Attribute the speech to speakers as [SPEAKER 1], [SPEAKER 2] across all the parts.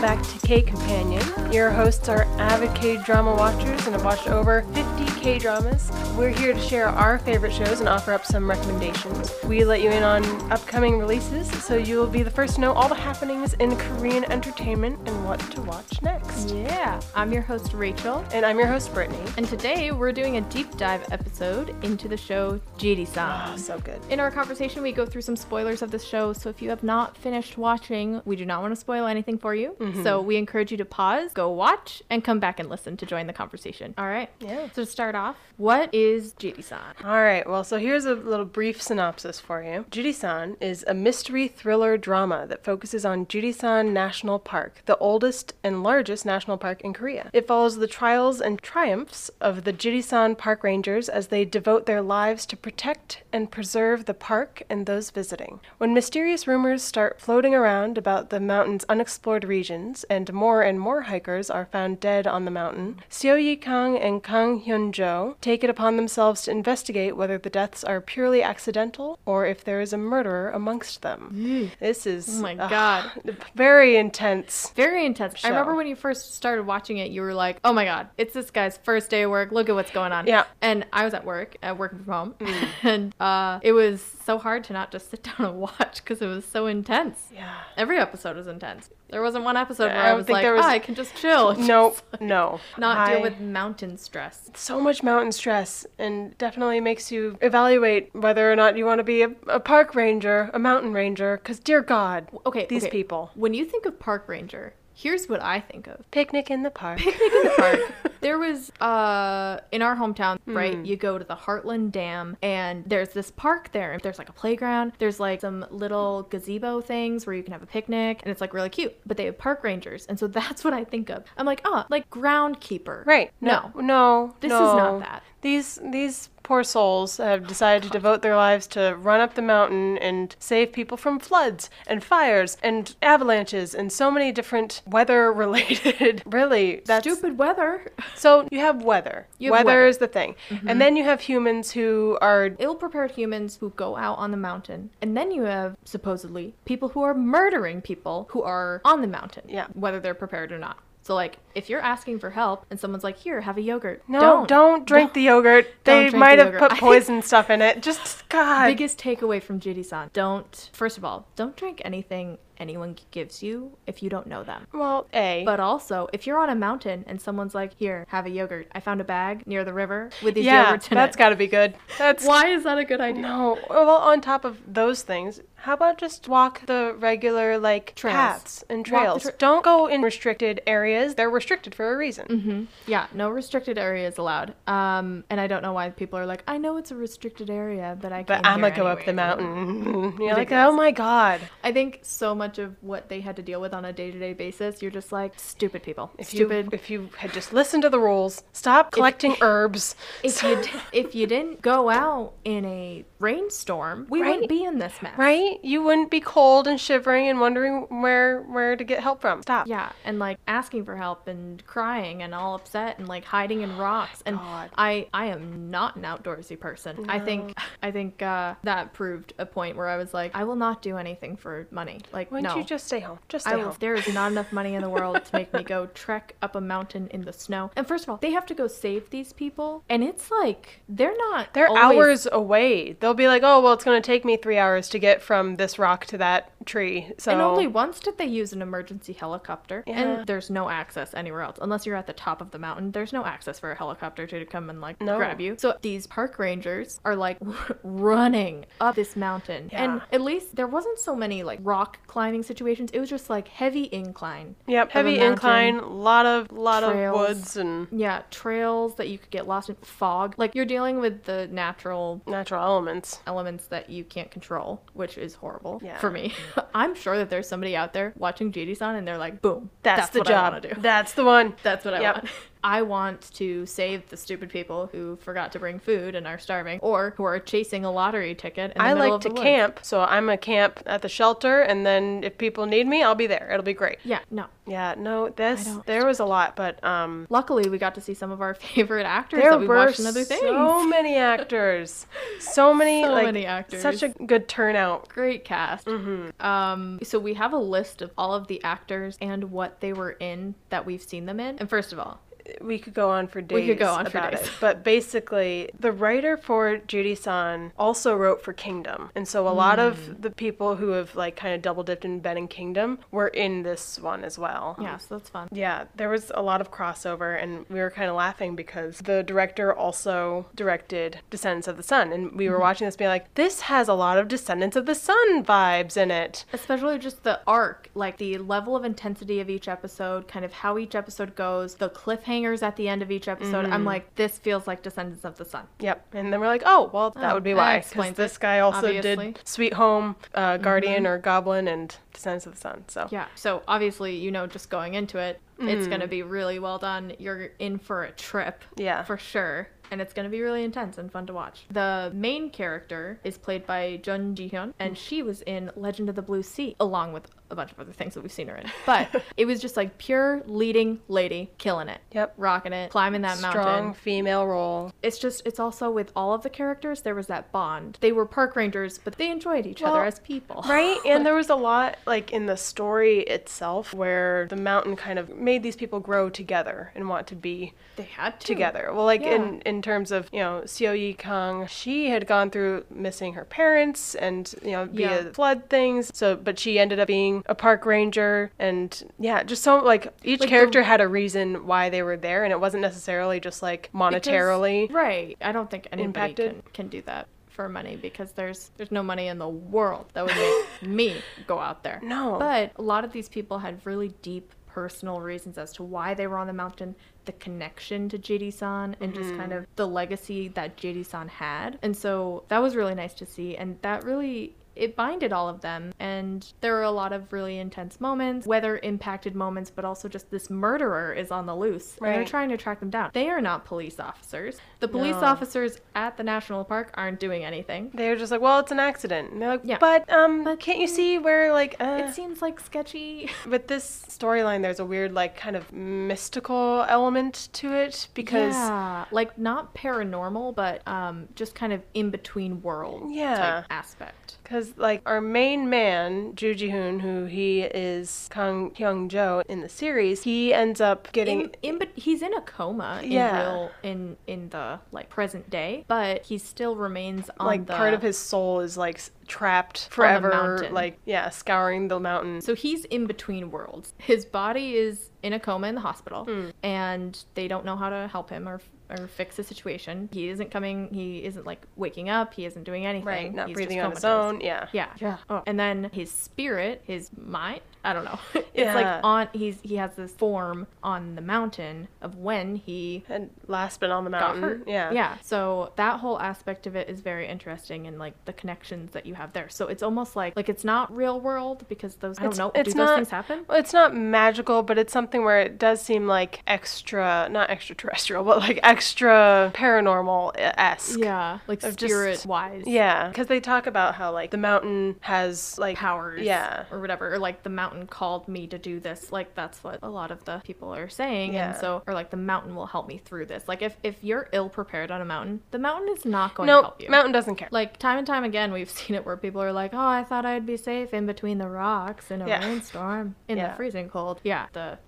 [SPEAKER 1] back to K Companion. Your hosts are avid K drama watchers and have watched over 50 K dramas. We're here to share our favorite shows and offer up some recommendations. We let you in on upcoming releases, so you will be the first to know all the happenings in Korean entertainment and what to watch next.
[SPEAKER 2] Yeah, I'm your host Rachel,
[SPEAKER 1] And I'm your host, Brittany.
[SPEAKER 2] and today we're doing a deep dive episode into the show JD
[SPEAKER 1] Oh,
[SPEAKER 2] San.
[SPEAKER 1] so good.
[SPEAKER 2] In our conversation, we go through some spoilers of the show, so if you have not finished watching, we do not want to spoil anything for you. So we encourage you to pause, go watch, and come back and listen to join the conversation. All right.
[SPEAKER 1] Yeah.
[SPEAKER 2] So to start off, what is JD San?
[SPEAKER 1] All right, well, so here's a little brief synopsis for you. Judisan is a mystery thriller drama that focuses on Judisan National Park, the oldest and largest national park in Korea. It follows the trials and triumphs of the Judisan Park Rangers as they devote their lives to protect and preserve the park and those visiting. When mysterious rumors start floating around about the mountain's unexplored regions, and more and more hikers are found dead on the mountain, Seo Yi Kang and Kang Hyun Jo take it upon themselves to investigate whether the deaths are purely accidental or if there is a murderer amongst them. this is
[SPEAKER 2] Oh my
[SPEAKER 1] ugh,
[SPEAKER 2] God.
[SPEAKER 1] very intense.
[SPEAKER 2] Very intense. I remember
[SPEAKER 1] Show.
[SPEAKER 2] when you first started watching it, you were like, "Oh my god, it's this guy's first day of work. Look at what's going on."
[SPEAKER 1] Yeah. Mm.
[SPEAKER 2] And I was at work, uh, working from home, and uh, it was so hard to not just sit down and watch because it was so intense.
[SPEAKER 1] Yeah.
[SPEAKER 2] Every episode was intense. There wasn't one episode
[SPEAKER 1] Yeah,
[SPEAKER 2] where
[SPEAKER 1] I
[SPEAKER 2] I,
[SPEAKER 1] don't
[SPEAKER 2] was
[SPEAKER 1] think
[SPEAKER 2] like,
[SPEAKER 1] there was-
[SPEAKER 2] "Ah, I can just chill."
[SPEAKER 1] No,
[SPEAKER 2] Just
[SPEAKER 1] no.
[SPEAKER 2] Not
[SPEAKER 1] I-
[SPEAKER 2] deal with mountain stress.
[SPEAKER 1] so much mountain stress and definitely makes you evaluate whether or not you want to be a, a park ranger, a mountain ranger, because dear God,
[SPEAKER 2] Okay.
[SPEAKER 1] these
[SPEAKER 2] okay.
[SPEAKER 1] people.
[SPEAKER 2] When you think of park ranger, here's what I think of.
[SPEAKER 1] Picnic in the park.
[SPEAKER 2] picnic in the park. There was uh in our hometown,
[SPEAKER 1] Hmm.
[SPEAKER 2] right? You go to the Heartland Dam and there's this park there. and There's like a playground. There's like some little gazebo things where you can have a picnic and it's like really cute. But they have park rangers. And so that's what I think of. I'm like, "Oh, like groundkeeper."
[SPEAKER 1] Right.
[SPEAKER 2] No.
[SPEAKER 1] No. No.
[SPEAKER 2] This is not
[SPEAKER 1] no.
[SPEAKER 2] that.
[SPEAKER 1] These these poor souls have decided to devote their lives to run up the mountain and save people from floods and fires and avalanches and so many different weather related really that's
[SPEAKER 2] Stupid weather.
[SPEAKER 1] so you have weather.
[SPEAKER 2] You have
[SPEAKER 1] weather,
[SPEAKER 2] weather. Mm-hmm.
[SPEAKER 1] is the thing. And then you have humans who are
[SPEAKER 2] Ill prepared humans who go out on the mountain. And then you have, supposedly, people who are murdering people who are on the mountain.
[SPEAKER 1] Yeah.
[SPEAKER 2] Whether they're prepared or not. So, like, if you're asking for help and someone's like, here, have a yogurt.
[SPEAKER 1] No, don't, drink the yogurt.
[SPEAKER 2] Don't
[SPEAKER 1] They
[SPEAKER 2] drink
[SPEAKER 1] might
[SPEAKER 2] the
[SPEAKER 1] have
[SPEAKER 2] yogurt. I
[SPEAKER 1] put
[SPEAKER 2] think-
[SPEAKER 1] poison stuff in it. Just God.
[SPEAKER 2] biggest takeaway from Judy-san: don't. First of all, don't drink anything anyone gives you if you don't know them.
[SPEAKER 1] well, a.
[SPEAKER 2] But also, if you're on a mountain and someone's like, "Here, have a yogurt. I found a bag near the river with these
[SPEAKER 1] yeah,
[SPEAKER 2] yogurts in
[SPEAKER 1] that's
[SPEAKER 2] it."
[SPEAKER 1] got to be good. That's
[SPEAKER 2] Why is that a good idea?
[SPEAKER 1] no. Well, on top of those things, how about just walk the regular like
[SPEAKER 2] Trails.
[SPEAKER 1] paths and
[SPEAKER 2] Walk the
[SPEAKER 1] trails?
[SPEAKER 2] tra-
[SPEAKER 1] don't go in restricted areas. They're restricted for a reason.
[SPEAKER 2] Mm-hmm. Yeah, no restricted area is allowed. Um, and I don't know why people are like, "I know it's a restricted area, but I
[SPEAKER 1] But
[SPEAKER 2] can't."
[SPEAKER 1] I'm
[SPEAKER 2] here
[SPEAKER 1] gonna go up the
[SPEAKER 2] anyways."
[SPEAKER 1] mountain. You're like,
[SPEAKER 2] Ridiculous.
[SPEAKER 1] oh my God.
[SPEAKER 2] I think so much of what they had to deal with on a day-to-day basis, you're just like stupid people,
[SPEAKER 1] If
[SPEAKER 2] stupid.
[SPEAKER 1] you if you had just listened to the rules, stop collecting herbs.
[SPEAKER 2] if you d- if you didn't go out in a rainstorm, we
[SPEAKER 1] Right.
[SPEAKER 2] wouldn't be in this mess.
[SPEAKER 1] Right? You wouldn't be cold and shivering and wondering where where to get help from. Stop.
[SPEAKER 2] Yeah, and like asking for help and crying and all upset and like hiding in rocks and
[SPEAKER 1] God.
[SPEAKER 2] I I am not an outdoorsy person. I think I think uh, that proved a point where I was like I will not do anything for money. Like
[SPEAKER 1] Why don't
[SPEAKER 2] no.
[SPEAKER 1] you just stay home? Just
[SPEAKER 2] I
[SPEAKER 1] stay
[SPEAKER 2] will,
[SPEAKER 1] home.
[SPEAKER 2] there is not enough money in the world to make me go trek up a mountain in the snow. And first of all, they have to go save these people, and it's like they're not.
[SPEAKER 1] They're
[SPEAKER 2] always
[SPEAKER 1] hours away. They'll be like, "Oh, well, it's going to take me three hours to get from this rock to that tree." So
[SPEAKER 2] And only once did they use an emergency helicopter.
[SPEAKER 1] Yeah.
[SPEAKER 2] And there's no access anywhere else. Unless you're at the top of the mountain, there's no access for a helicopter to come and like
[SPEAKER 1] No.
[SPEAKER 2] grab you. So these park rangers are like running up this mountain. And
[SPEAKER 1] Yeah.
[SPEAKER 2] at least there wasn't so many like rock climbing situations. It was just like heavy incline.
[SPEAKER 1] yep,
[SPEAKER 2] of a
[SPEAKER 1] heavy
[SPEAKER 2] mountain.
[SPEAKER 1] incline, lot of lot
[SPEAKER 2] trails.
[SPEAKER 1] of woods and
[SPEAKER 2] Yeah, trails that you could get lost in, fog. Like you're dealing with the natural
[SPEAKER 1] natural elements.
[SPEAKER 2] elements that you can't control, which is horrible
[SPEAKER 1] Yeah.
[SPEAKER 2] for me. I'm sure that there's somebody out there watching JD-san and they're like, boom,
[SPEAKER 1] That's, the
[SPEAKER 2] what
[SPEAKER 1] job.
[SPEAKER 2] I want to do.
[SPEAKER 1] That's the one.
[SPEAKER 2] That's what I
[SPEAKER 1] Yep.
[SPEAKER 2] want. I want to save the stupid people who forgot to bring food and are starving, or who are chasing a lottery ticket. In the
[SPEAKER 1] I
[SPEAKER 2] middle
[SPEAKER 1] like
[SPEAKER 2] of
[SPEAKER 1] to
[SPEAKER 2] the woods.
[SPEAKER 1] camp, so I'm a camp at the shelter, and then if people need me, I'll be there. It'll be great.
[SPEAKER 2] Yeah, no.
[SPEAKER 1] Yeah, no, this
[SPEAKER 2] don't-
[SPEAKER 1] there was a lot, but um,
[SPEAKER 2] Luckily, we got to see some of our favorite actors
[SPEAKER 1] there
[SPEAKER 2] that we
[SPEAKER 1] were
[SPEAKER 2] watched in other things.
[SPEAKER 1] so many actors, so many
[SPEAKER 2] So
[SPEAKER 1] like
[SPEAKER 2] many actors.
[SPEAKER 1] such a good turnout.
[SPEAKER 2] Great cast.
[SPEAKER 1] Mm-hmm.
[SPEAKER 2] Um, so we have a list of all of the actors and what they were in that we've seen them in. And first of all,
[SPEAKER 1] We could go on for days.
[SPEAKER 2] could go on for
[SPEAKER 1] about
[SPEAKER 2] days.
[SPEAKER 1] it, but basically, the writer for Judy San also wrote for Kingdom, and so a lot
[SPEAKER 2] Hmm.
[SPEAKER 1] of the people who have like kind of double dipped in Ben and Kingdom were in this one as well.
[SPEAKER 2] yeah, so that's fun.
[SPEAKER 1] Yeah, there was a lot of crossover, and we were kind of laughing because the director also directed Descendants of the Sun. And we
[SPEAKER 2] Mm-hmm.
[SPEAKER 1] were watching this, being like, this has a lot of Descendants of the Sun vibes in it.
[SPEAKER 2] Especially just the arc, like the level of intensity of each episode, kind of how each episode goes, the cliffhangers at the end of each episode. I'm like, this feels like Descendants of the Sun.
[SPEAKER 1] Yep. And then we're like, oh, well, that
[SPEAKER 2] Oh,
[SPEAKER 1] would be
[SPEAKER 2] that
[SPEAKER 1] why. Because
[SPEAKER 2] explains
[SPEAKER 1] this
[SPEAKER 2] it,
[SPEAKER 1] guy also
[SPEAKER 2] obviously. Mm-hmm.
[SPEAKER 1] did Sweet Home, uh, Guardian, or Goblin, and Descendants of the Sun. So,
[SPEAKER 2] Yeah. So obviously, you know, just going into it, it's going to be really well done. You're in for a trip.
[SPEAKER 1] Mm. Yeah.
[SPEAKER 2] For sure. And it's going to be really intense and fun to watch. The main character is played by Jun Ji Hyun, and she was in Legend of the Blue Sea, along with a bunch of other things that we've seen her in. But it was just like pure leading lady, killing it.
[SPEAKER 1] Yep.
[SPEAKER 2] Rocking it, climbing that mountain
[SPEAKER 1] strong female role.
[SPEAKER 2] it's just it's also with all of the characters there was that bond they were park rangers but they enjoyed each
[SPEAKER 1] Well,
[SPEAKER 2] other as people
[SPEAKER 1] Right? And there was a lot, like, in the story itself where the mountain kind of made these people grow together and want to be
[SPEAKER 2] they had to
[SPEAKER 1] together. Well, like
[SPEAKER 2] Yeah.
[SPEAKER 1] in in terms of you know Seo Yi Kang, she had gone through missing her parents and you know via
[SPEAKER 2] Yeah.
[SPEAKER 1] flood things. So, but she ended up being a park ranger, and yeah, just so like each
[SPEAKER 2] Like the-
[SPEAKER 1] character had a reason why they were there, and it wasn't necessarily just like
[SPEAKER 2] Because-
[SPEAKER 1] monetarily.
[SPEAKER 2] right i don't think anybody
[SPEAKER 1] Impacted.
[SPEAKER 2] can, can do that for money because there's there's no money in the world that would make me go out there
[SPEAKER 1] No.
[SPEAKER 2] but a lot of these people had really deep personal reasons as to why they were on the mountain the connection to JD San and
[SPEAKER 1] Mm-hmm.
[SPEAKER 2] just kind of the legacy that JD San had. And so that was really nice to see and that really it binded all of them and there were a lot of really intense moments weather impacted moments but also just this murderer is on the loose and they're
[SPEAKER 1] Right.
[SPEAKER 2] trying to track them down they are not police officers the police
[SPEAKER 1] No.
[SPEAKER 2] officers at the national park aren't doing anything
[SPEAKER 1] They were just like, well, it's an accident. And they're like,
[SPEAKER 2] Yeah.
[SPEAKER 1] but um,
[SPEAKER 2] But-
[SPEAKER 1] can't you see where like uh,
[SPEAKER 2] it seems like sketchy
[SPEAKER 1] with this storyline, there's a weird like kind of mystical element to it because.
[SPEAKER 2] yeah, like not paranormal but um just kind of in between world
[SPEAKER 1] Yeah.
[SPEAKER 2] type aspect
[SPEAKER 1] Because, like, our main man, Ju Ji Hoon, who he is Kang Hyung Jo in the series, he ends up getting.
[SPEAKER 2] in, in but he's in a coma
[SPEAKER 1] Yeah.
[SPEAKER 2] in real in in the like present day but he still remains on
[SPEAKER 1] like
[SPEAKER 2] the,
[SPEAKER 1] part of his soul is like s- trapped
[SPEAKER 2] On the
[SPEAKER 1] forever,
[SPEAKER 2] mountain.
[SPEAKER 1] like yeah, scouring the mountain.
[SPEAKER 2] so he's in between worlds his body is in a coma in the hospital
[SPEAKER 1] Hmm.
[SPEAKER 2] and they don't know how to help him or or fix the situation he isn't coming he isn't like waking up he isn't doing anything
[SPEAKER 1] right, not
[SPEAKER 2] he's just
[SPEAKER 1] breathing on his
[SPEAKER 2] comatose.
[SPEAKER 1] own. Yeah, Oh.
[SPEAKER 2] Yeah. Yeah. And then his spirit, his mind, I don't know. it's
[SPEAKER 1] Yeah.
[SPEAKER 2] like on he's he has this form on the mountain of when he
[SPEAKER 1] and last been on the
[SPEAKER 2] got
[SPEAKER 1] mountain.
[SPEAKER 2] hurt.
[SPEAKER 1] Mm-hmm. Yeah,
[SPEAKER 2] Yeah. So that whole aspect of it is very interesting and like the connections that you have there. So it's almost like like it's not real world because those I don't
[SPEAKER 1] It's-
[SPEAKER 2] know,
[SPEAKER 1] it's
[SPEAKER 2] do
[SPEAKER 1] not-
[SPEAKER 2] those things happen?
[SPEAKER 1] Well, it's not magical, but it's something where it does seem like extra, not extraterrestrial, but like extra paranormal esque.
[SPEAKER 2] Yeah. Like
[SPEAKER 1] Of just-
[SPEAKER 2] spirit wise.
[SPEAKER 1] Yeah, because they talk about how like the mountain has like
[SPEAKER 2] powers
[SPEAKER 1] Yeah,
[SPEAKER 2] or whatever or like the mountain called me to do this like that's what a lot of the people are saying
[SPEAKER 1] Yeah.
[SPEAKER 2] and so or like the mountain will help me through this like if if you're ill prepared on a mountain the mountain is not going
[SPEAKER 1] No,
[SPEAKER 2] to help you
[SPEAKER 1] mountain doesn't care.
[SPEAKER 2] like time and time again we've seen it where people are like oh i thought i'd be safe in between the rocks in a
[SPEAKER 1] Yeah.
[SPEAKER 2] rainstorm in
[SPEAKER 1] Yeah.
[SPEAKER 2] the freezing cold yeah the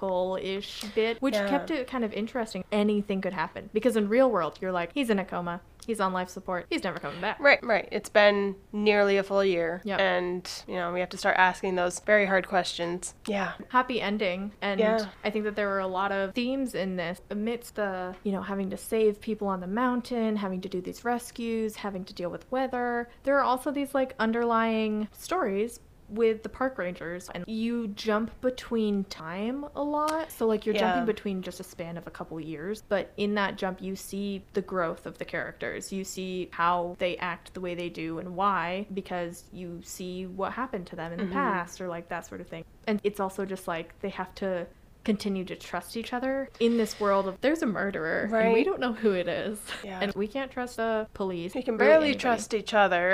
[SPEAKER 2] magical-ish bit which
[SPEAKER 1] Yeah.
[SPEAKER 2] kept it kind of interesting anything could happen because in real world you're like he's in a coma he's on life support he's never coming back
[SPEAKER 1] Right, right. It's been nearly a full year,
[SPEAKER 2] Yep.
[SPEAKER 1] and you know we have to start asking those very hard questions. Yeah,
[SPEAKER 2] happy ending and
[SPEAKER 1] Yeah.
[SPEAKER 2] i think that there were a lot of themes in this amidst the you know having to save people on the mountain having to do these rescues having to deal with weather there are also these like underlying stories with the park rangers and you jump between time a lot so like you're
[SPEAKER 1] Yeah.
[SPEAKER 2] jumping between just a span of a couple years but in that jump you see the growth of the characters you see how they act the way they do and why because you
[SPEAKER 1] Mm-hmm.
[SPEAKER 2] see what happened to them in the past or like that sort of thing and it's also just like they have to continue to trust each other in this world of there's a murderer and we
[SPEAKER 1] Right.
[SPEAKER 2] don't know who it is
[SPEAKER 1] Yeah.
[SPEAKER 2] and we can't trust the police
[SPEAKER 1] We can
[SPEAKER 2] really
[SPEAKER 1] barely
[SPEAKER 2] anybody.
[SPEAKER 1] trust each other.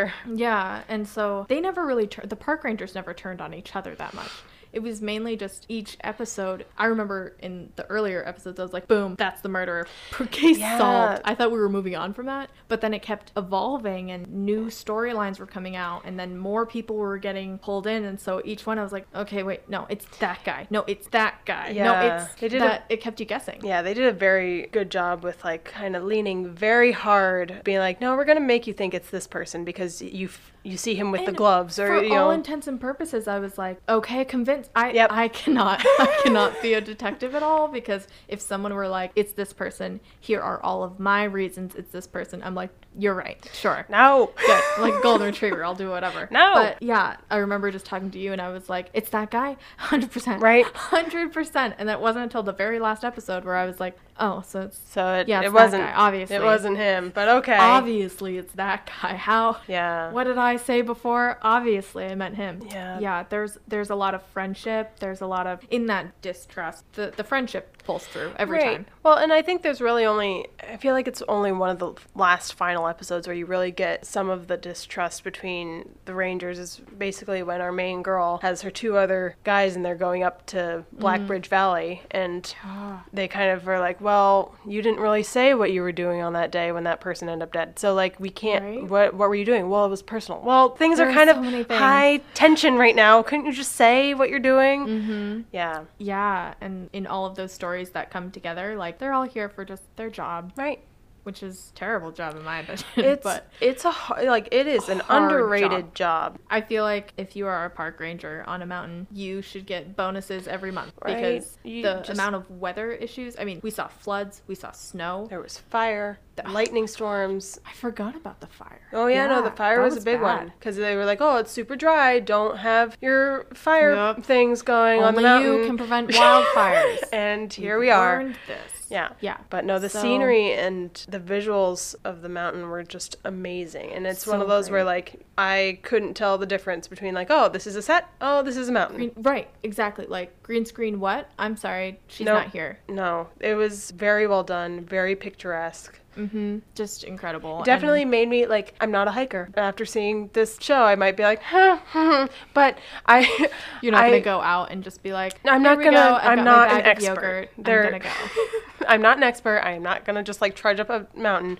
[SPEAKER 2] yeah and so they never really tur- the park rangers never turned on each other that much it was mainly just each episode i remember in the earlier episodes i was like boom that's the murderer case
[SPEAKER 1] Yeah.
[SPEAKER 2] solved i thought we were moving on from that but then it kept evolving and new storylines were coming out and then more people were getting pulled in and so each one i was like okay wait no it's that guy no it's that guy no
[SPEAKER 1] Yeah.
[SPEAKER 2] it's
[SPEAKER 1] They did a-
[SPEAKER 2] that it kept you guessing
[SPEAKER 1] Yeah, they did a very good job with like kind of leaning very hard, being like, "No, we're gonna make you think it's this person because you f- you see him with the
[SPEAKER 2] And
[SPEAKER 1] gloves or
[SPEAKER 2] for
[SPEAKER 1] you
[SPEAKER 2] all
[SPEAKER 1] know."
[SPEAKER 2] intents and purposes, I was like, okay, convinced. I
[SPEAKER 1] Yep.
[SPEAKER 2] I cannot I cannot be a detective at all because if someone were like, it's this person, here are all of my reasons, it's this person. I'm like, you're right, sure.
[SPEAKER 1] no.
[SPEAKER 2] Good. Like golden retriever, I'll do whatever.
[SPEAKER 1] No.
[SPEAKER 2] But yeah, I remember just talking to you and I was like, it's that guy, 100%.
[SPEAKER 1] Right.
[SPEAKER 2] 100%. And that wasn't until the very last episode where I was like, oh, so it's
[SPEAKER 1] So it,
[SPEAKER 2] Yeah,
[SPEAKER 1] it
[SPEAKER 2] it's that
[SPEAKER 1] wasn't
[SPEAKER 2] guy, obviously.
[SPEAKER 1] It wasn't him, but okay.
[SPEAKER 2] obviously it's that guy. How
[SPEAKER 1] Yeah.
[SPEAKER 2] What did I say before? Obviously, I meant him.
[SPEAKER 1] Yeah.
[SPEAKER 2] Yeah. There's there's a lot of friendship. There's a lot of in that distrust. The the friendship pulls through every
[SPEAKER 1] Right.
[SPEAKER 2] time.
[SPEAKER 1] Well, and I think there's really only, I feel like it's only one of the last final episodes where you really get some of the distrust between the Rangers, is basically when our main girl has her two other guys and they're going up to
[SPEAKER 2] Mm.
[SPEAKER 1] Blackbridge Valley. And
[SPEAKER 2] Ah.
[SPEAKER 1] they kind of are like, well, you didn't really say what you were doing on that day when that person ended up dead. So, like, we can't,
[SPEAKER 2] Right.
[SPEAKER 1] what, what were you doing? Well, it was personal. Well, things
[SPEAKER 2] There
[SPEAKER 1] are
[SPEAKER 2] are
[SPEAKER 1] kind
[SPEAKER 2] so many
[SPEAKER 1] of
[SPEAKER 2] things.
[SPEAKER 1] high tension right now. Couldn't you just say what you're doing? Mm-hmm. Yeah.
[SPEAKER 2] Yeah. And in all of those stories that come together, like they're all here for just their job,
[SPEAKER 1] Right.
[SPEAKER 2] which is a terrible job in my opinion.
[SPEAKER 1] It's
[SPEAKER 2] but
[SPEAKER 1] it's a har- like it is an
[SPEAKER 2] Hard
[SPEAKER 1] underrated job.
[SPEAKER 2] I feel like if you are a park ranger on a mountain, you should get bonuses every month
[SPEAKER 1] Right.
[SPEAKER 2] because
[SPEAKER 1] You
[SPEAKER 2] the
[SPEAKER 1] just-
[SPEAKER 2] amount of weather issues. I mean, we saw floods, we saw snow.
[SPEAKER 1] There was fire, lightning storms.
[SPEAKER 2] I forgot about the fire.
[SPEAKER 1] Oh yeah, no, the fire
[SPEAKER 2] that
[SPEAKER 1] was, a big
[SPEAKER 2] bad.
[SPEAKER 1] one because they were like, "Oh, it's super dry. Don't have your fire
[SPEAKER 2] Yep.
[SPEAKER 1] things going on the
[SPEAKER 2] Only
[SPEAKER 1] mountain."
[SPEAKER 2] you can prevent wildfires.
[SPEAKER 1] and here
[SPEAKER 2] We've
[SPEAKER 1] we are.
[SPEAKER 2] learned This.
[SPEAKER 1] Yeah.
[SPEAKER 2] Yeah.
[SPEAKER 1] But no, the
[SPEAKER 2] So-
[SPEAKER 1] scenery and the visuals of the mountain were just amazing. And it's one
[SPEAKER 2] So
[SPEAKER 1] of those where
[SPEAKER 2] great.
[SPEAKER 1] like I couldn't tell the difference between like, "Oh, this is a set. Oh, this is a mountain."
[SPEAKER 2] Green- right. Exactly. Like green screen. What? I'm sorry. She's
[SPEAKER 1] Nope.
[SPEAKER 2] not here.
[SPEAKER 1] No, it was very well done, very picturesque.
[SPEAKER 2] Mm-hmm. Just incredible. and-
[SPEAKER 1] definitely made me like I'm not a hiker. After seeing this show, I might be like, huh, hmm." but I
[SPEAKER 2] you're not
[SPEAKER 1] I-
[SPEAKER 2] gonna go out and just be like.
[SPEAKER 1] I'm
[SPEAKER 2] "Here
[SPEAKER 1] not
[SPEAKER 2] we
[SPEAKER 1] gonna.
[SPEAKER 2] go, I've
[SPEAKER 1] I'm
[SPEAKER 2] got my
[SPEAKER 1] not
[SPEAKER 2] bag
[SPEAKER 1] an
[SPEAKER 2] of
[SPEAKER 1] expert.
[SPEAKER 2] Yogurt.
[SPEAKER 1] There-
[SPEAKER 2] I'm gonna go.
[SPEAKER 1] I'm not an expert. I am not gonna just like trudge up a mountain,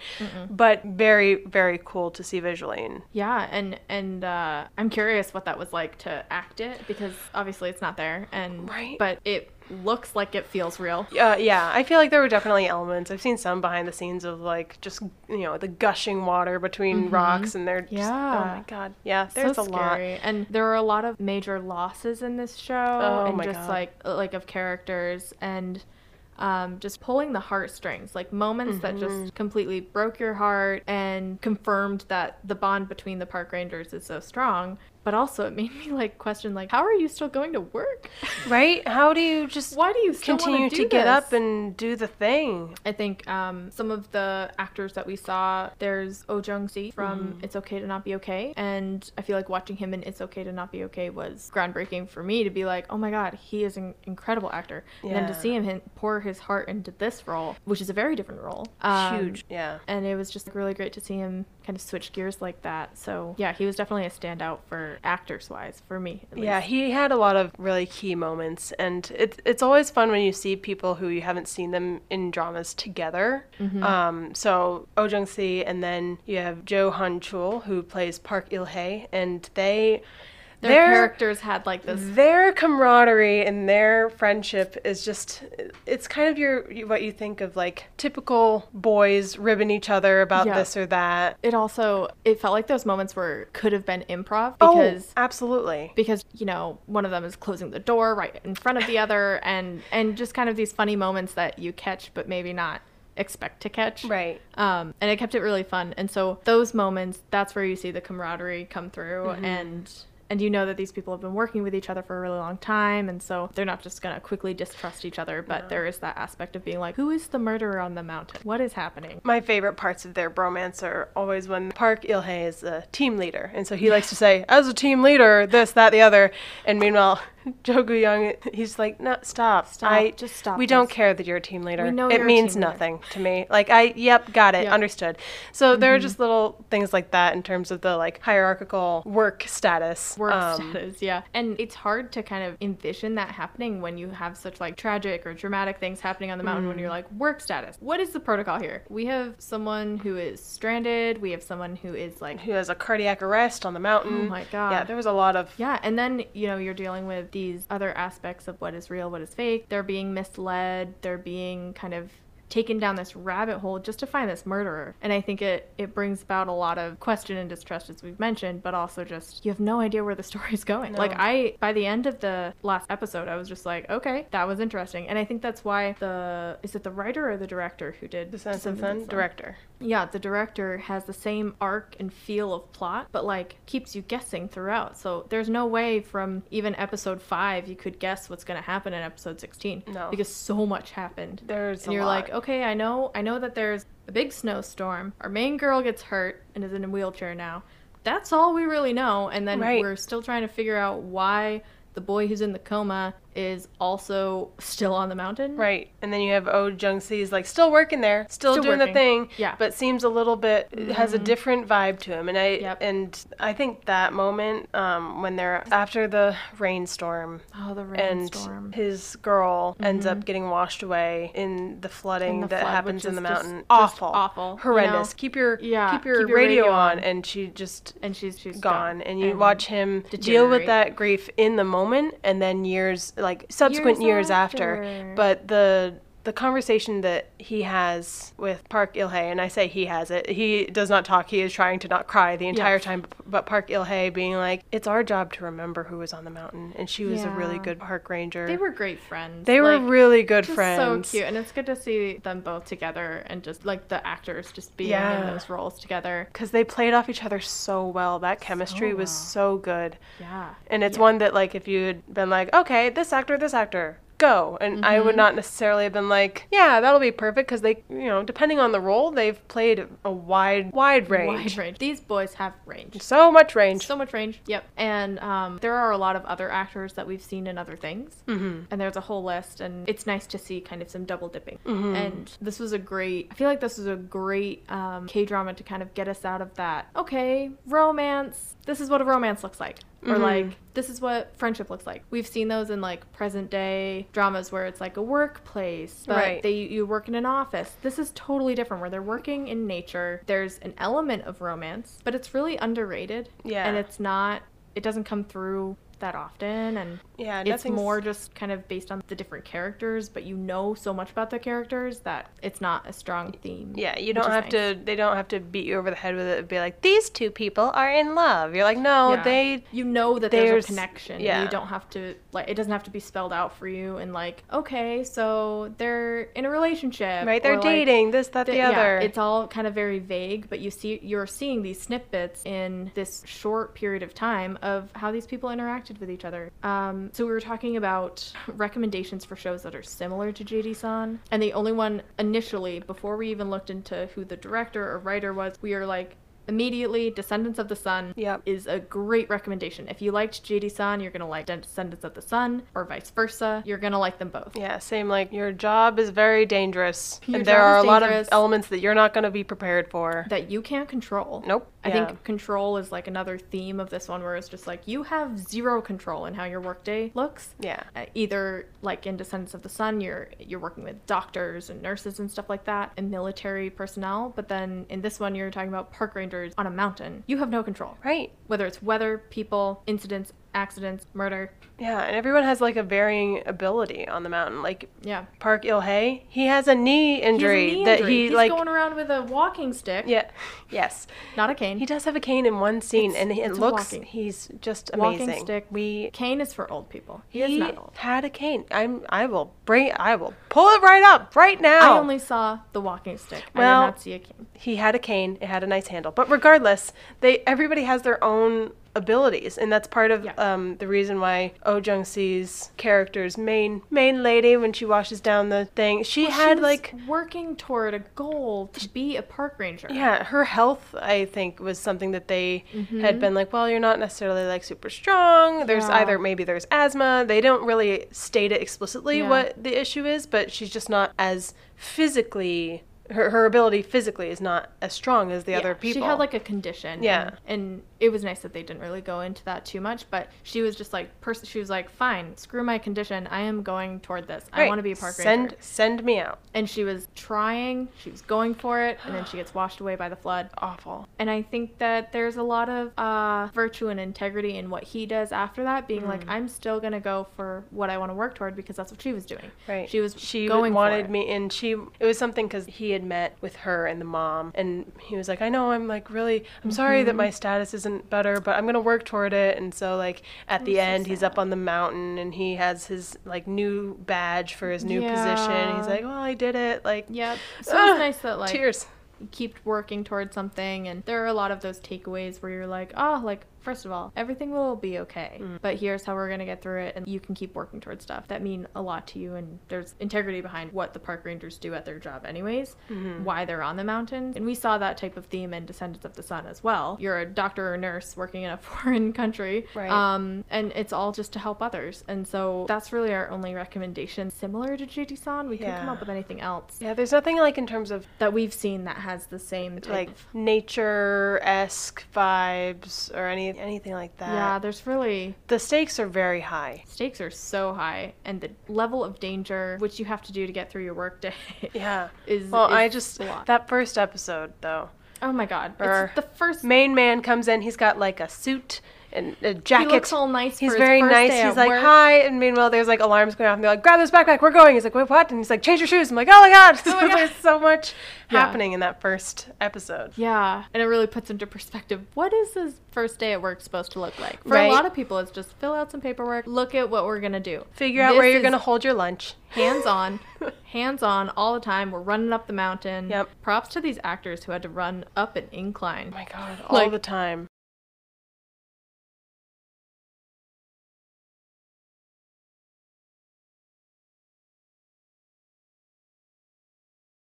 [SPEAKER 1] but very very cool to see visually. And
[SPEAKER 2] Yeah, and and uh, I'm curious what that was like to act it because obviously it's not there, and
[SPEAKER 1] Right.
[SPEAKER 2] but it looks like it feels real.
[SPEAKER 1] uh, yeah, I feel like there were definitely elements. I've seen some behind the scenes of like just you know the gushing water between rocks, and they're just, oh
[SPEAKER 2] Mm-hmm. Yeah.
[SPEAKER 1] my god, yeah. There's a
[SPEAKER 2] so
[SPEAKER 1] lot.
[SPEAKER 2] scary. and there were a lot of major losses in this show,
[SPEAKER 1] Oh
[SPEAKER 2] and
[SPEAKER 1] my
[SPEAKER 2] just
[SPEAKER 1] God.
[SPEAKER 2] like uh, like of characters and um, just pulling the heartstrings, like moments that
[SPEAKER 1] Mm-hmm.
[SPEAKER 2] just completely broke your heart and confirmed that the bond between the park rangers is so strong. But also, it made me like question, like, how are you still going to work?
[SPEAKER 1] Right? How do you just
[SPEAKER 2] Why do you still wanna
[SPEAKER 1] continue
[SPEAKER 2] do
[SPEAKER 1] to get
[SPEAKER 2] this?
[SPEAKER 1] up and do the thing?
[SPEAKER 2] I think um, some of the actors that we saw, there's Oh Jung Si from
[SPEAKER 1] Mm-hmm.
[SPEAKER 2] It's Okay to Not Be Okay, and I feel like watching him in It's Okay to Not Be Okay was groundbreaking for me to be like, oh my god, he is an incredible actor, and then
[SPEAKER 1] Yeah.
[SPEAKER 2] to see him hin- pour his heart into this role, which is a very different role, um,
[SPEAKER 1] Huge, yeah.
[SPEAKER 2] and it was just really great to see him kind of switch gears like that. So yeah, he was definitely a standout for actors wise for me. At
[SPEAKER 1] Yeah,
[SPEAKER 2] least.
[SPEAKER 1] he had a lot of really key moments, and it's it's always fun when you see people who you haven't seen them in dramas together.
[SPEAKER 2] Mm-hmm.
[SPEAKER 1] Um, so Oh Jung Si, and then you have Jo Han Chul who plays Park Il Hae, and they
[SPEAKER 2] their, characters had like this.
[SPEAKER 1] their camaraderie and their friendship is just it's kind of your what you think of like typical boys ribbing each other about
[SPEAKER 2] Yeah.
[SPEAKER 1] this or that.
[SPEAKER 2] It also it felt like those moments were could have been improv
[SPEAKER 1] Oh,
[SPEAKER 2] because
[SPEAKER 1] absolutely.
[SPEAKER 2] because you know one of them is closing the door right in front of the other and and just kind of these funny moments that you catch but maybe not expect to catch
[SPEAKER 1] Right.
[SPEAKER 2] um and it kept it really fun and so those moments that's where you see the camaraderie come through and and you know that these people have been working with each other for a really long time and so they're not just going to quickly distrust each other but there is that aspect of being like who is the murderer on the mountain what is happening
[SPEAKER 1] My favorite parts of their bromance are always when Park Ilhae is a team leader, and so he likes to say, "As a team leader, this, that, the other," and meanwhile, Jogu-young, he's like, no, stop.
[SPEAKER 2] Stop.
[SPEAKER 1] I,
[SPEAKER 2] Just stop
[SPEAKER 1] We don't
[SPEAKER 2] this."
[SPEAKER 1] care that you're a team leader.
[SPEAKER 2] We know
[SPEAKER 1] it
[SPEAKER 2] you're a
[SPEAKER 1] means
[SPEAKER 2] team leader."
[SPEAKER 1] nothing to me. Like, I, yep, got it,
[SPEAKER 2] Yeah. Mm-hmm.
[SPEAKER 1] understood. So there are just little things like that in terms of the like hierarchical work status.
[SPEAKER 2] Work
[SPEAKER 1] Um,
[SPEAKER 2] status, yeah. And it's hard to kind of envision that happening when you have such like tragic or dramatic things happening on the mountain when you're like work status. What is the protocol here? We have someone who is stranded, we have someone who is like
[SPEAKER 1] Who has a cardiac arrest on the mountain?
[SPEAKER 2] Oh my God.
[SPEAKER 1] Yeah, there was a lot of
[SPEAKER 2] Yeah, and then, you know, you're dealing with these other aspects of what is real, what is fake. They're being misled, they're being kind of taken down this rabbit hole just to find this murderer. And I think it it brings about a lot of question and distrust as we've mentioned, but also just you have no idea where the story's going.
[SPEAKER 1] No.
[SPEAKER 2] Like I by the end of the last episode, I was just like, okay, that was interesting. And I think that's why the is it the writer or the director who did
[SPEAKER 1] the sense
[SPEAKER 2] Descent
[SPEAKER 1] of
[SPEAKER 2] into
[SPEAKER 1] Sin
[SPEAKER 2] Sun?
[SPEAKER 1] director.
[SPEAKER 2] Yeah, the director has the same arc and feel of plot, but like keeps you guessing throughout. So there's no way from even episode five you could guess what's going to happen in episode 16.
[SPEAKER 1] No.
[SPEAKER 2] Because so much happened.
[SPEAKER 1] There's
[SPEAKER 2] and
[SPEAKER 1] a
[SPEAKER 2] you're
[SPEAKER 1] lot.
[SPEAKER 2] like, okay, I know, I know that there's a big snowstorm. Our main girl gets hurt and is in a wheelchair now. That's all we really know. And then
[SPEAKER 1] Right.
[SPEAKER 2] we're still trying to figure out why the boy who's in the coma is also still on the mountain.
[SPEAKER 1] Right. And then you have Oh Jung See's like still working there, still,
[SPEAKER 2] Still
[SPEAKER 1] doing the
[SPEAKER 2] working.
[SPEAKER 1] thing,
[SPEAKER 2] Yeah. Mm-hmm.
[SPEAKER 1] but seems a little bit has a different vibe to him. And I
[SPEAKER 2] Yep.
[SPEAKER 1] and I think that moment um, when they're after the rainstorm
[SPEAKER 2] Oh, the
[SPEAKER 1] and
[SPEAKER 2] rainstorm. Mm-hmm.
[SPEAKER 1] his girl ends up getting washed away in the flooding
[SPEAKER 2] In the
[SPEAKER 1] that
[SPEAKER 2] flood,
[SPEAKER 1] happens
[SPEAKER 2] which
[SPEAKER 1] in the
[SPEAKER 2] is just-
[SPEAKER 1] mountain.
[SPEAKER 2] just
[SPEAKER 1] awful,
[SPEAKER 2] awful, you know?
[SPEAKER 1] horrendous. Keep your
[SPEAKER 2] Yeah,
[SPEAKER 1] keep your,
[SPEAKER 2] keep your
[SPEAKER 1] radio,
[SPEAKER 2] radio
[SPEAKER 1] on,
[SPEAKER 2] on.
[SPEAKER 1] and she just
[SPEAKER 2] and she's she's
[SPEAKER 1] gone and you watch him deal with
[SPEAKER 2] deteriorate.
[SPEAKER 1] that grief in the moment and then years like subsequent years,
[SPEAKER 2] Years
[SPEAKER 1] after.
[SPEAKER 2] after.
[SPEAKER 1] but the the conversation that he has with Park Il-hae and I say he has it he does not talk he is trying to not cry the entire
[SPEAKER 2] Yes.
[SPEAKER 1] time b- but Park Il-hae being like it's our job to remember who was on the mountain and she was a really
[SPEAKER 2] Yeah.
[SPEAKER 1] good park ranger
[SPEAKER 2] They were great friends.
[SPEAKER 1] They were
[SPEAKER 2] Like,
[SPEAKER 1] really good
[SPEAKER 2] just
[SPEAKER 1] friends
[SPEAKER 2] So cute, and it's good to see them both together, and just like the actors just being
[SPEAKER 1] Yeah.
[SPEAKER 2] in those roles together.
[SPEAKER 1] because they played off each other so well that chemistry was so good
[SPEAKER 2] Yeah,
[SPEAKER 1] And it's
[SPEAKER 2] Yeah.
[SPEAKER 1] one that like if you had been like, okay, this actor, this actor, go, and I
[SPEAKER 2] Mm-hmm.
[SPEAKER 1] would not necessarily have been like, yeah, that'll be perfect because they, you know, depending on the role, they've played a wide, wide range,
[SPEAKER 2] wide range. These boys have range.
[SPEAKER 1] so much range.
[SPEAKER 2] So much range. Yep. And um, there are a lot of other actors that we've seen in other things. Mm-hmm. And there's a whole list, and it's nice to see kind of some double dipping.
[SPEAKER 1] Mm-hmm.
[SPEAKER 2] And this was a great, I feel like this was a great um, K drama to kind of get us out of that. Okay, romance. This is what a romance looks like.
[SPEAKER 1] Mm-hmm.
[SPEAKER 2] Or like, this is what friendship looks like. We've seen those in like present day dramas where it's like a workplace, but
[SPEAKER 1] Right.
[SPEAKER 2] they you work in an office. This is totally different where they're working in nature. There's an element of romance, but it's really underrated.
[SPEAKER 1] Yeah.
[SPEAKER 2] And it's not it doesn't come through that often and
[SPEAKER 1] yeah,
[SPEAKER 2] it's
[SPEAKER 1] nothing's-
[SPEAKER 2] more just kind of based on the different characters, but you know so much about the characters that it's not a strong theme.
[SPEAKER 1] Yeah, you
[SPEAKER 2] which
[SPEAKER 1] don't
[SPEAKER 2] is
[SPEAKER 1] have
[SPEAKER 2] nice.
[SPEAKER 1] to. They don't have to beat you over the head with it. and Be like, these two people are in love. You're like, no,
[SPEAKER 2] Yeah.
[SPEAKER 1] Oh, they.
[SPEAKER 2] you know that there's,
[SPEAKER 1] there's-
[SPEAKER 2] a connection.
[SPEAKER 1] yeah.
[SPEAKER 2] You don't have to like it doesn't have to be spelled out for you and like, okay, so they're in a relationship.
[SPEAKER 1] Right, they're
[SPEAKER 2] or, like,
[SPEAKER 1] dating this, that, the,
[SPEAKER 2] Th- yeah,
[SPEAKER 1] other.
[SPEAKER 2] it's all kind of very vague, but you see, you're seeing these snippets in this short period of time of how these people interacted with each other. Um, so we were talking about recommendations for shows that are similar to JD San, and the only one initially, before we even looked into who the director or writer was, we are like. Immediately, Descendants of the Sun
[SPEAKER 1] Yep.
[SPEAKER 2] is a great recommendation. If you liked JD San, you're gonna like Descendants of the Sun, or vice versa. You're gonna like them both.
[SPEAKER 1] yeah, same. Like your job is very dangerous,
[SPEAKER 2] Your
[SPEAKER 1] and there
[SPEAKER 2] job
[SPEAKER 1] are a
[SPEAKER 2] is
[SPEAKER 1] lot of
[SPEAKER 2] dangerous.
[SPEAKER 1] elements that you're not going to be prepared for.
[SPEAKER 2] that you can't control.
[SPEAKER 1] Nope.
[SPEAKER 2] I
[SPEAKER 1] Yeah.
[SPEAKER 2] think control is like another theme of this one where it's just like you have zero control in how your workday looks.
[SPEAKER 1] Yeah.
[SPEAKER 2] Uh, Either like in Descendants of the Sun, you're you're working with doctors and nurses and stuff like that and military personnel, but then in this one you're talking about park rangers on a mountain. You have no control.
[SPEAKER 1] Right.
[SPEAKER 2] Whether it's weather, people, incidents, accidents, murder.
[SPEAKER 1] Yeah, and everyone has like a varying ability on the mountain. Like
[SPEAKER 2] Yeah.
[SPEAKER 1] Park Il Hae, he has a knee
[SPEAKER 2] He has a
[SPEAKER 1] injury
[SPEAKER 2] knee
[SPEAKER 1] that
[SPEAKER 2] injury.
[SPEAKER 1] he
[SPEAKER 2] He's
[SPEAKER 1] like.
[SPEAKER 2] going around with a walking stick,
[SPEAKER 1] yeah, yes,
[SPEAKER 2] not a cane.
[SPEAKER 1] he does have a cane in one scene,
[SPEAKER 2] It's-
[SPEAKER 1] and he- it
[SPEAKER 2] it's a
[SPEAKER 1] looks
[SPEAKER 2] walking-
[SPEAKER 1] he's just
[SPEAKER 2] walking
[SPEAKER 1] amazing.
[SPEAKER 2] stick.
[SPEAKER 1] We
[SPEAKER 2] cane is for old people. He,
[SPEAKER 1] he
[SPEAKER 2] is not old.
[SPEAKER 1] had a cane. I'm I will bring I will pull it right up right now.
[SPEAKER 2] I only saw the walking stick.
[SPEAKER 1] Oh. Well,
[SPEAKER 2] I did not see a cane.
[SPEAKER 1] he had a cane. It had a nice handle, but regardless, they everybody has their own abilities, and that's part of
[SPEAKER 2] Yeah.
[SPEAKER 1] um, the reason why Oh Jung Se's character's main main lady when she washes down the thing, she
[SPEAKER 2] She
[SPEAKER 1] had
[SPEAKER 2] was
[SPEAKER 1] like
[SPEAKER 2] working toward a goal to be a park ranger.
[SPEAKER 1] yeah, her health I think was something that they had been like, well, you're not necessarily like super strong. There's
[SPEAKER 2] Mm-hmm. Yeah.
[SPEAKER 1] either maybe there's asthma. They don't really state it explicitly
[SPEAKER 2] Yeah.
[SPEAKER 1] what the issue is, but she's just not as physically her, her ability physically is not as strong as the
[SPEAKER 2] Yeah,
[SPEAKER 1] other people.
[SPEAKER 2] She had like a condition.
[SPEAKER 1] Yeah.
[SPEAKER 2] And, and it was nice that they didn't really go into that too much, but she was just like, pers- she was like, fine, screw my condition. I am going toward this. I
[SPEAKER 1] Right.
[SPEAKER 2] want to be a park
[SPEAKER 1] send,
[SPEAKER 2] ranger.
[SPEAKER 1] Send me out.
[SPEAKER 2] And she was trying, she was going for it, and then she gets washed away by the flood.
[SPEAKER 1] Awful.
[SPEAKER 2] And I think that there's a lot of uh, virtue and integrity in what he does after that, being
[SPEAKER 1] Mm.
[SPEAKER 2] like, I'm still going to go for what I want to work toward because that's what she was doing.
[SPEAKER 1] Right.
[SPEAKER 2] She was
[SPEAKER 1] she
[SPEAKER 2] going for
[SPEAKER 1] wanted
[SPEAKER 2] it.
[SPEAKER 1] me, and she it was something because he had met with her and the mom, and he was like, I know I'm like really I'm sorry that my status isn't better, but I'm gonna work toward it. And so like at the
[SPEAKER 2] so
[SPEAKER 1] end, he's up
[SPEAKER 2] sad.
[SPEAKER 1] on the mountain and he has his like new badge for his new position.
[SPEAKER 2] Yeah.
[SPEAKER 1] He's like, well, I did it. Like
[SPEAKER 2] Yep. So it
[SPEAKER 1] Ah,
[SPEAKER 2] was nice that, like,
[SPEAKER 1] tears.
[SPEAKER 2] keep working towards something and there are a lot of those takeaways where you're like oh like first of all everything will be okay
[SPEAKER 1] Mm.
[SPEAKER 2] but here's how we're going to get through it and you can keep working towards stuff that mean a lot to you and there's integrity behind what the park rangers do at their job anyways
[SPEAKER 1] Mm-hmm.
[SPEAKER 2] why they're on the mountain and we saw that type of theme in descendants of the sun as well you're a doctor or nurse working in a foreign country
[SPEAKER 1] Right.
[SPEAKER 2] um, and it's all just to help others and so that's really our only recommendation similar to jidi-san we could come
[SPEAKER 1] Yeah.
[SPEAKER 2] up with anything else
[SPEAKER 1] Yeah, there's nothing like in terms of
[SPEAKER 2] that we've seen that has the same type
[SPEAKER 1] like
[SPEAKER 2] of
[SPEAKER 1] nature esque vibes or any anything like that.
[SPEAKER 2] Yeah, there's really
[SPEAKER 1] The stakes are very high.
[SPEAKER 2] stakes are so high, and the level of danger which you have to do to get through your workday.
[SPEAKER 1] Yeah.
[SPEAKER 2] is-
[SPEAKER 1] well, I
[SPEAKER 2] is
[SPEAKER 1] just
[SPEAKER 2] a lot.
[SPEAKER 1] that first episode though.
[SPEAKER 2] Oh my god,
[SPEAKER 1] Or-
[SPEAKER 2] it's the first.
[SPEAKER 1] Main man comes in. He's got like a suit and a jacket.
[SPEAKER 2] He looks all nice.
[SPEAKER 1] He's
[SPEAKER 2] for
[SPEAKER 1] very
[SPEAKER 2] his first
[SPEAKER 1] nice.
[SPEAKER 2] Day
[SPEAKER 1] He's
[SPEAKER 2] at
[SPEAKER 1] like
[SPEAKER 2] work.
[SPEAKER 1] hi, and meanwhile there's like alarms going off, and they're like, "Grab this backpack, we're going." He's like, "Wait, what?" And he's like, "Change your shoes." I'm like, "Oh my god!" So
[SPEAKER 2] my God.
[SPEAKER 1] there's so much
[SPEAKER 2] Yeah.
[SPEAKER 1] happening in that first episode.
[SPEAKER 2] Yeah, and it really puts into perspective what is this first day at work supposed to look like? For
[SPEAKER 1] Right.
[SPEAKER 2] a lot of people, it's just fill out some paperwork, look at what we're gonna do,
[SPEAKER 1] Figure out
[SPEAKER 2] This
[SPEAKER 1] where you're
[SPEAKER 2] is
[SPEAKER 1] gonna hold your lunch. Oh
[SPEAKER 2] hands on, hands on all the time. We're running up the mountain.
[SPEAKER 1] Yep.
[SPEAKER 2] Props to these actors who had to run up an incline.
[SPEAKER 1] Oh my god, all
[SPEAKER 2] Like-
[SPEAKER 1] the time.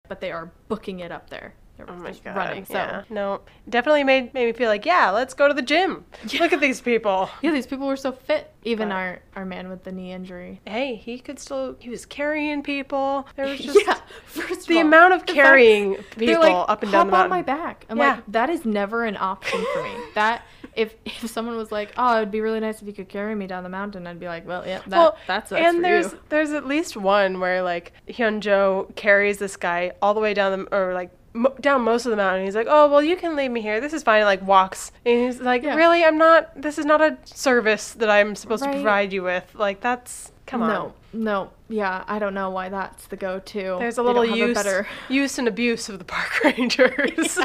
[SPEAKER 2] but they are booking it up there. They're
[SPEAKER 1] Oh my
[SPEAKER 2] just
[SPEAKER 1] god.
[SPEAKER 2] running. So
[SPEAKER 1] Yeah. No, definitely made made me feel like, yeah, let's go to the gym. Look at these people.
[SPEAKER 2] yeah, these people were so fit. Even
[SPEAKER 1] But-
[SPEAKER 2] our our man with the knee injury.
[SPEAKER 1] Hey, he could still. He was carrying people. There was just
[SPEAKER 2] first
[SPEAKER 1] the amount of carrying people
[SPEAKER 2] they're like,
[SPEAKER 1] up and down the
[SPEAKER 2] "Hop
[SPEAKER 1] mountain.
[SPEAKER 2] on my back. I'm
[SPEAKER 1] Yeah.
[SPEAKER 2] like, that is never an option for me. That if if someone was like, oh, it'd be really nice if you could carry me down the mountain, I'd be like, well, yeah, that, that's us
[SPEAKER 1] and
[SPEAKER 2] for
[SPEAKER 1] there's
[SPEAKER 2] you.
[SPEAKER 1] there's at least one where like Hyunjo carries this guy all the way down the or like mo- down most of the mountain. He's like, oh well, you can leave me here. This is fine. And, like walks and he's like,
[SPEAKER 2] Yeah.
[SPEAKER 1] really, I'm not. This is not a service that I'm supposed
[SPEAKER 2] Right.
[SPEAKER 1] to provide you with. Like that's come on.
[SPEAKER 2] No, no, yeah, I don't know why that's the go-to.
[SPEAKER 1] There's a
[SPEAKER 2] They
[SPEAKER 1] little
[SPEAKER 2] don't have
[SPEAKER 1] use
[SPEAKER 2] better.
[SPEAKER 1] use and abuse of the park rangers.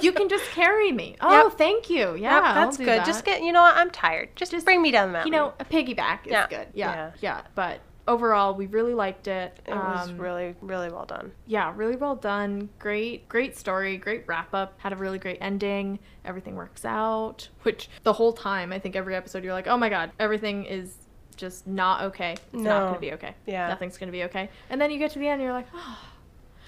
[SPEAKER 2] you can just carry me. Oh,
[SPEAKER 1] Yep.
[SPEAKER 2] thank you. Yeah,
[SPEAKER 1] Yep,
[SPEAKER 2] I'll
[SPEAKER 1] that's
[SPEAKER 2] do
[SPEAKER 1] good.
[SPEAKER 2] that.
[SPEAKER 1] Just get you know what? I'm tired. Just,
[SPEAKER 2] Just-
[SPEAKER 1] bring me down the mountain.
[SPEAKER 2] you know, a piggyback is
[SPEAKER 1] Yeah.
[SPEAKER 2] good. Yeah,
[SPEAKER 1] Yeah.
[SPEAKER 2] yeah, But overall, we really liked it.
[SPEAKER 1] it was
[SPEAKER 2] Um,
[SPEAKER 1] really really well done.
[SPEAKER 2] yeah, really well done. Great, great story. Great wrap up. Had a really great ending. Everything works out. Which the whole time, I think every episode, you're like, oh my god, everything is just not okay. It's not
[SPEAKER 1] No.
[SPEAKER 2] gonna be okay.
[SPEAKER 1] Yeah.
[SPEAKER 2] nothing's gonna be okay. And then you get to the end, and you're like, oh,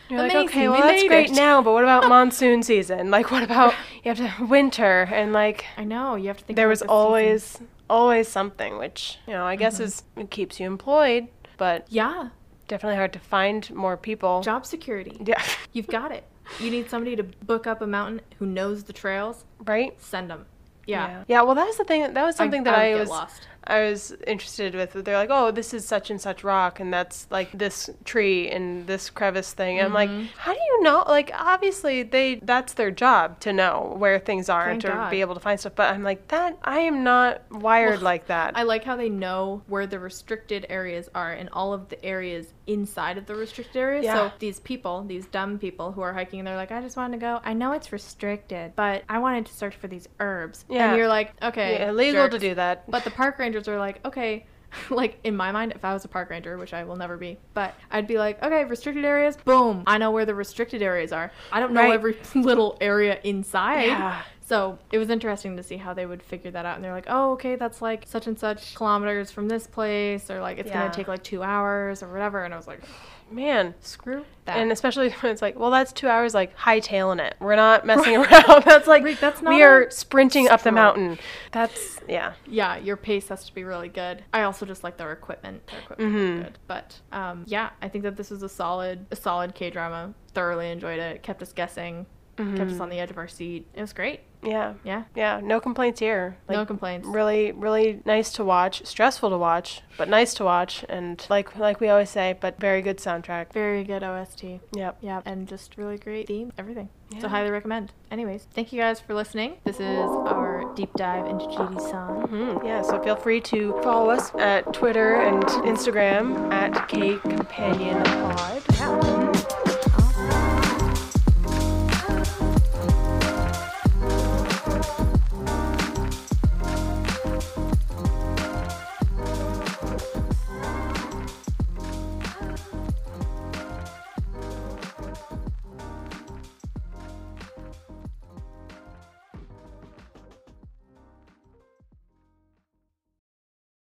[SPEAKER 1] You're like,
[SPEAKER 2] Amazing,
[SPEAKER 1] okay,
[SPEAKER 2] we
[SPEAKER 1] well, that's
[SPEAKER 2] made
[SPEAKER 1] great
[SPEAKER 2] it."
[SPEAKER 1] now, but what about monsoon season? Like, what about you have to winter? And like,
[SPEAKER 2] I know. You have to think.
[SPEAKER 1] there
[SPEAKER 2] about
[SPEAKER 1] was
[SPEAKER 2] the
[SPEAKER 1] always,
[SPEAKER 2] seasons.
[SPEAKER 1] always something, which, you know, I guess
[SPEAKER 2] Mm-hmm.
[SPEAKER 1] is, it keeps you employed, but
[SPEAKER 2] Yeah,
[SPEAKER 1] definitely hard to find more people.
[SPEAKER 2] job security.
[SPEAKER 1] Yeah.
[SPEAKER 2] You've got it. You need somebody to book up a mountain who knows the trails.
[SPEAKER 1] right?
[SPEAKER 2] Send them. Yeah.
[SPEAKER 1] yeah. Yeah, well, that was the thing. That was something that
[SPEAKER 2] would
[SPEAKER 1] I,
[SPEAKER 2] get
[SPEAKER 1] was.
[SPEAKER 2] lost.
[SPEAKER 1] I was interested with. They're like, oh, this is such and such rock, and that's like this tree and this crevice thing. And I'm
[SPEAKER 2] Mm-hmm.
[SPEAKER 1] like, how do you know? Like, obviously, they that's their job to know where things are and
[SPEAKER 2] Thank
[SPEAKER 1] to
[SPEAKER 2] God.
[SPEAKER 1] be able to find stuff. But I'm like, that I am not wired
[SPEAKER 2] Well,
[SPEAKER 1] like that.
[SPEAKER 2] I like how they know where the restricted areas are and all of the areas inside of the restricted area.
[SPEAKER 1] Yeah.
[SPEAKER 2] So these people, these dumb people who are hiking, and they're like, I just wanted to go. I know it's restricted, but I wanted to search for these herbs.
[SPEAKER 1] Yeah.
[SPEAKER 2] And you're like, okay.
[SPEAKER 1] Yeah, illegal to
[SPEAKER 2] jerks.
[SPEAKER 1] do that.
[SPEAKER 2] But the park rangers are like, okay. Like in my mind, if I was a park ranger, which I will never be, but I'd be like, okay, restricted areas, boom. I know where the restricted areas are. I don't know
[SPEAKER 1] Right.
[SPEAKER 2] every little area inside.
[SPEAKER 1] Yeah.
[SPEAKER 2] So it was interesting to see how they would figure that out. And they're like, oh, okay, that's like such and such kilometers from this place, or like it's
[SPEAKER 1] Yeah.
[SPEAKER 2] gonna take like two hours or whatever. And I was like,
[SPEAKER 1] Man,
[SPEAKER 2] screw that.
[SPEAKER 1] And especially when it's like, well, that's two hours, like hightailing it. We're not messing around. That's like,
[SPEAKER 2] Right, that's not
[SPEAKER 1] we
[SPEAKER 2] a
[SPEAKER 1] are sprinting up the
[SPEAKER 2] stroll.
[SPEAKER 1] mountain. That's, yeah.
[SPEAKER 2] yeah, your pace has to be really good. I also just like their equipment. Their equipment is good. But um, yeah, I think that this was a solid, a solid K drama. Thoroughly enjoyed it. It Kept us guessing. Kept us on the edge of our seat. It was great.
[SPEAKER 1] Yeah.
[SPEAKER 2] Yeah,
[SPEAKER 1] Yeah. No complaints here. Like,
[SPEAKER 2] no complaints.
[SPEAKER 1] Really, really nice to watch. Stressful to watch, but nice to watch. And like, like we always say, but very good soundtrack.
[SPEAKER 2] Very good OST.
[SPEAKER 1] Yep.
[SPEAKER 2] Yeah, and just really great theme, everything.
[SPEAKER 1] Yeah.
[SPEAKER 2] So highly recommend. Anyways, thank you guys for listening. This is our deep dive into Judy San.
[SPEAKER 1] Mhm. Yeah, so feel free to follow us at Twitter and Instagram at K Companion Pod. Yeah.